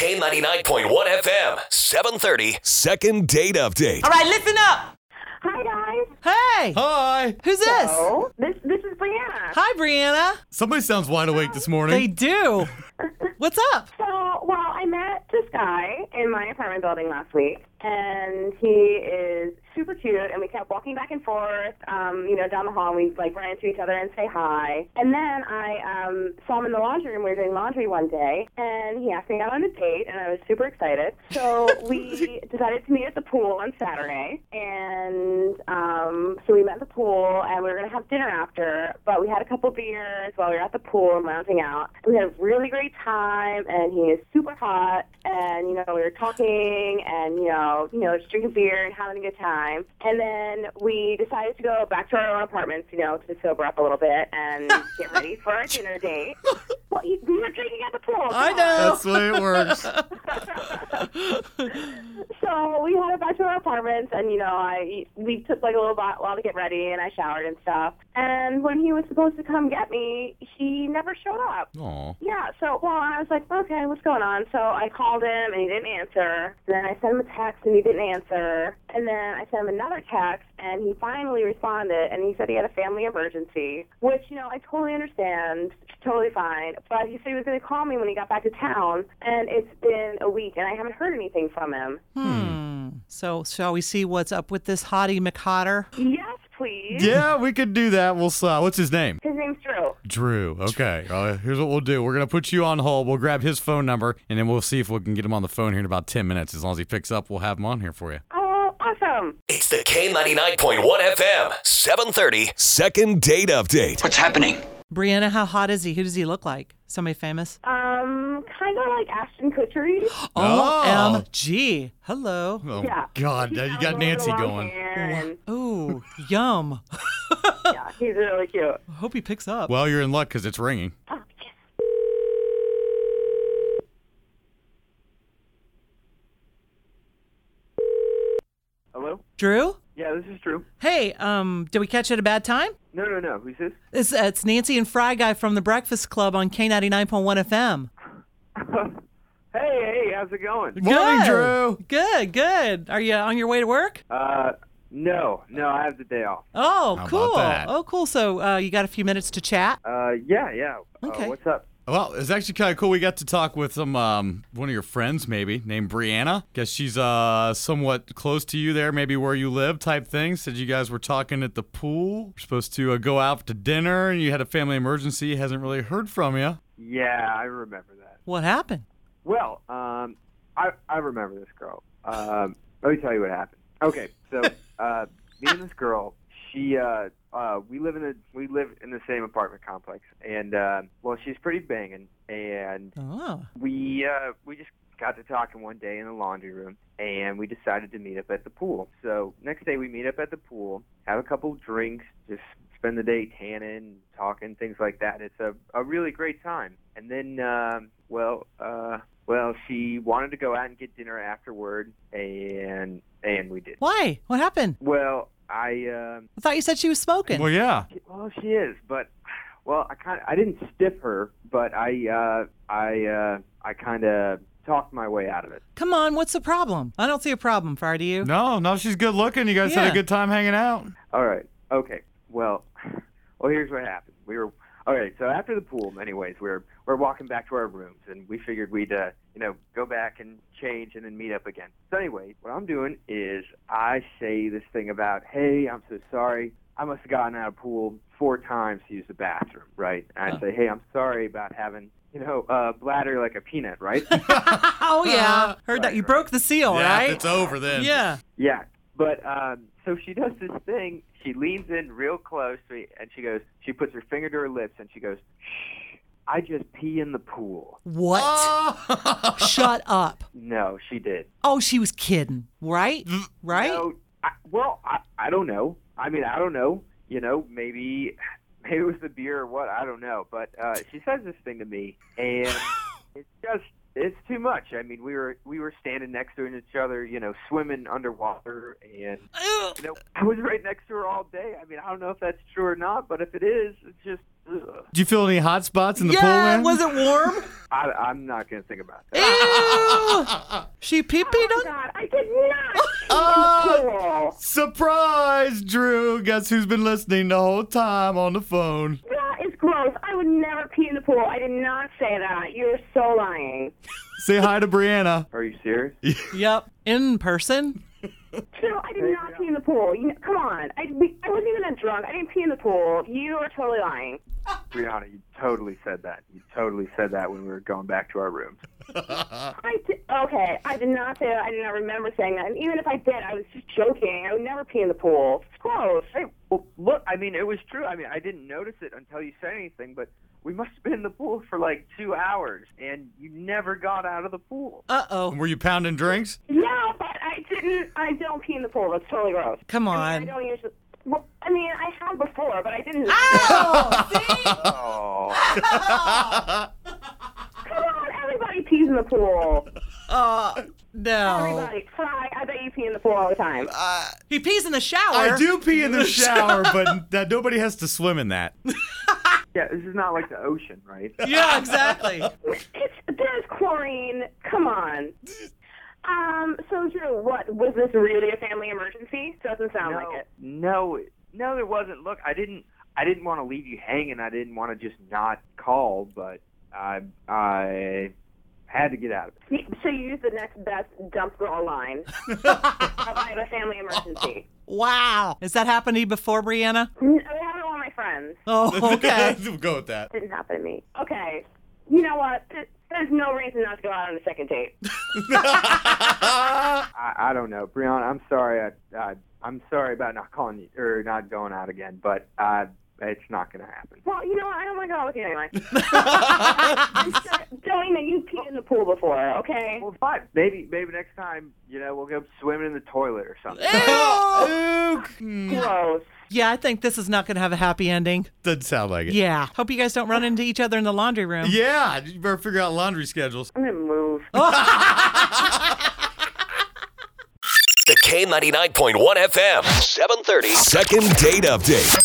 K99.1 FM, 730. Second date update. All right, listen up. Hi guys. Hey, Hi. who's this? Oh, this this is Brianna. Hi, Brianna. Somebody sounds wide awake this morning. They do. What's up? So, well, I met this guy in my apartment building last week, and he is super cute. And we kept walking back and forth, um, you know, down the hall. And we like ran into each other and say hi. And then I um, saw him in the laundry room. We were doing laundry one day, and he asked me out on a date, and I was super excited. So we decided to meet at the pool on Saturday, and um, so we met at the pool, and we were gonna have dinner after. But we had a couple beers while we were at the pool and lounging out. We had a really great time, and he is super hot. And you know, we were talking, and you know, you know, just drinking beer and having a good time. And then we decided to go back to our own apartments, you know, to sober up a little bit and get ready for our dinner date. Well, you, we were drinking at the pool. I come on. know. That's the way it works. So we headed back to our apartments, and you know, I we took like a little bi- while to get ready, and I showered and stuff. And when he was supposed to come get me, he never showed up. Aw. Yeah, so, well, I was like, okay, what's going on? So I called him, and he didn't answer. Then I sent him a text, and he didn't answer. And then I sent him another text, and he finally responded, and he said he had a family emergency, which, you know, I totally understand. Totally fine. But he said he was going to call me when he got back to town, and it's been a week, and I haven't heard anything from him. So, shall we see what's up with this hottie McHotter? Yes, please. Yeah, we could do that. We'll uh, what's his name? His name's Drew. Drew. Okay. Uh, here's what we'll do. We're gonna put you on hold. We'll grab his phone number, and then we'll see if we can get him on the phone here in about ten minutes. As long as he picks up, we'll have him on here for you. Oh, awesome. It's the K99.1 FM, 730. Second date update. What's happening? Brianna, how hot is he? Who does he look like? Somebody famous? Um, kind of like Ashton Kutcher. Oh. OMG. Hello. Oh Yeah. God, now you got Nancy going. And, Ooh, yum. yeah, he's really cute. Oh, Hope he picks up. Well, you're in luck because it's ringing. Hello? Drew? Yeah, this is Drew. Hey, um, did we catch you at a bad time? No, no, no. Who's this? It's, uh, it's Nancy and Fry Guy from The Breakfast Club on K99.1 FM. hey, hey, how's it going? Morning, Good. Drew. Good, good. Are you on your way to work? Uh, no, no, I have the day off. Oh, How about cool. that? Oh, cool. So uh, you got a few minutes to chat? Uh, yeah, yeah. Okay. Uh, what's up? Well, it's actually kind of cool. We got to talk with some um, one of your friends, maybe named Brianna. Guess she's uh, somewhat close to you there, maybe where you live, type thing. Said you guys were talking at the pool. You're supposed to uh, go out to dinner, and you had a family emergency. Hasn't really heard from you. Yeah, I remember that. What happened? Well, um, I, I remember this girl. Um, let me tell you what happened. Okay, so, uh, me and this girl, she, uh, uh, we live in a, we live in the same apartment complex, and, uh, well, she's pretty banging, and Oh, we uh, we just got to talking one day in the laundry room, and we decided to meet up at the pool. So next day we meet up at the pool, have a couple drinks, just spend the day tanning, talking, things like that. It's a a really great time. And then um, well uh, well she wanted to go out and get dinner afterward, and and we did. why? What happened? Well, I um, I thought you said she was smoking. Well, yeah. well, she is, but well, I kind of I didn't stiff her, but I uh, I uh, I kind of talked my way out of it. Come on, what's the problem? I don't see a problem, Fry. Do you? No, no, she's good looking. You guys had Yeah. a good time hanging out. All right, okay. Well, well, here's what happened. We were all right. So after the pool, anyways, we were we are walking back to our rooms, and we figured we'd uh, you know go back and change and then meet up again. So anyway, what I'm doing is I say this thing about, hey, I'm so sorry. I must have gotten out of pool four times to use the bathroom, right? And I say, hey, I'm sorry about having you know uh, bladder like a peanut, right? oh yeah, heard that. Right, You right. broke the seal, yeah, if right? it's over then. yeah. Yeah, but um, so she does this thing. She leans in real close to me, and she goes. She puts her finger to her lips, and she goes, "Shh, I just pee in the pool." What? Oh. Shut up. No, she did. Oh, she was kidding, right? Right? No, I, well, I, I don't know. I mean, I don't know. You know, maybe maybe it was the beer or what. I don't know. But uh, she says this thing to me, and it's just it's too much. I mean, we were we were standing next to each other, you know, swimming underwater, and Ew. you know, I was right next to her all day. I mean, I don't know if that's true or not, but if it is, it's just ugh, Do you feel any hot spots in the pool? yeah, man? was it warm? I, I'm not gonna think about that. Ew. she pee peed on. Oh, God, I did not. Oh. Oh. Surprise, Drew. Guess who's been listening the whole time on the phone? That is gross. I would never pee in the pool. I did not say that. You're so lying. Say hi to Brianna. Are you serious? Yep, in person. No, I did not pee in the pool. You know, come on. I, we, I wasn't even that drunk. I didn't pee in the pool. You are totally lying. Brianna, you totally said that. You totally said that when we were going back to our rooms. I did, okay, I did not say that. I did not remember saying that. And even if I did, I was just joking. I would never pee in the pool. It's gross. Hey, well, look, I mean, it was true. I mean, I didn't notice it until you said anything, but we must have been in the pool for like two hours, and you never got out of the pool. Uh oh. Were you pounding drinks? No, but I didn't. I don't pee in the pool. That's totally gross. Come I on. don't usually. Well, I mean, I have before, but I didn't. Ah! Oh, Come on, everybody pees in the pool. Uh, no. Everybody, Fry, I bet you pee in the pool all the time. Ah. He pees in the shower. I do pee in the shower, but that nobody has to swim in that. yeah, this is not like the ocean, right? Yeah, exactly. It's, there's chlorine. Come on. Um. So, Drew, what was this really a family emergency? Doesn't sound like it. No, no, there wasn't. Look, I didn't, I didn't want to leave you hanging. I didn't want to just not call, but I, I had to get out of it. So you used the next best dump girl line. I have a family emergency. Wow. Has that happened to you before, Brianna? No, It happened to one of my friends. Oh, okay. we'll go with that. Didn't happen to me. Okay. You know what? Th- There's no reason not to go out on a second date. Ah, I, I don't know, Brianna. I'm sorry. I, I, I'm sorry about not calling you or not going out again, but uh, it's not going to happen. Well, you know what? I don't want to go out with you anyway. I'm sorry. Don't even you peed in the pool before, okay? Well, fine. Maybe, maybe next time, you know, we'll go swimming in the toilet or something. Hmm. Gross. Yeah, I think this is not going to have a happy ending. Doesn't sound like it. Yeah. Hope you guys don't run into each other in the laundry room. Yeah, you better figure out laundry schedules. I'm gonna move. The K99.1 FM, 730. Second date update.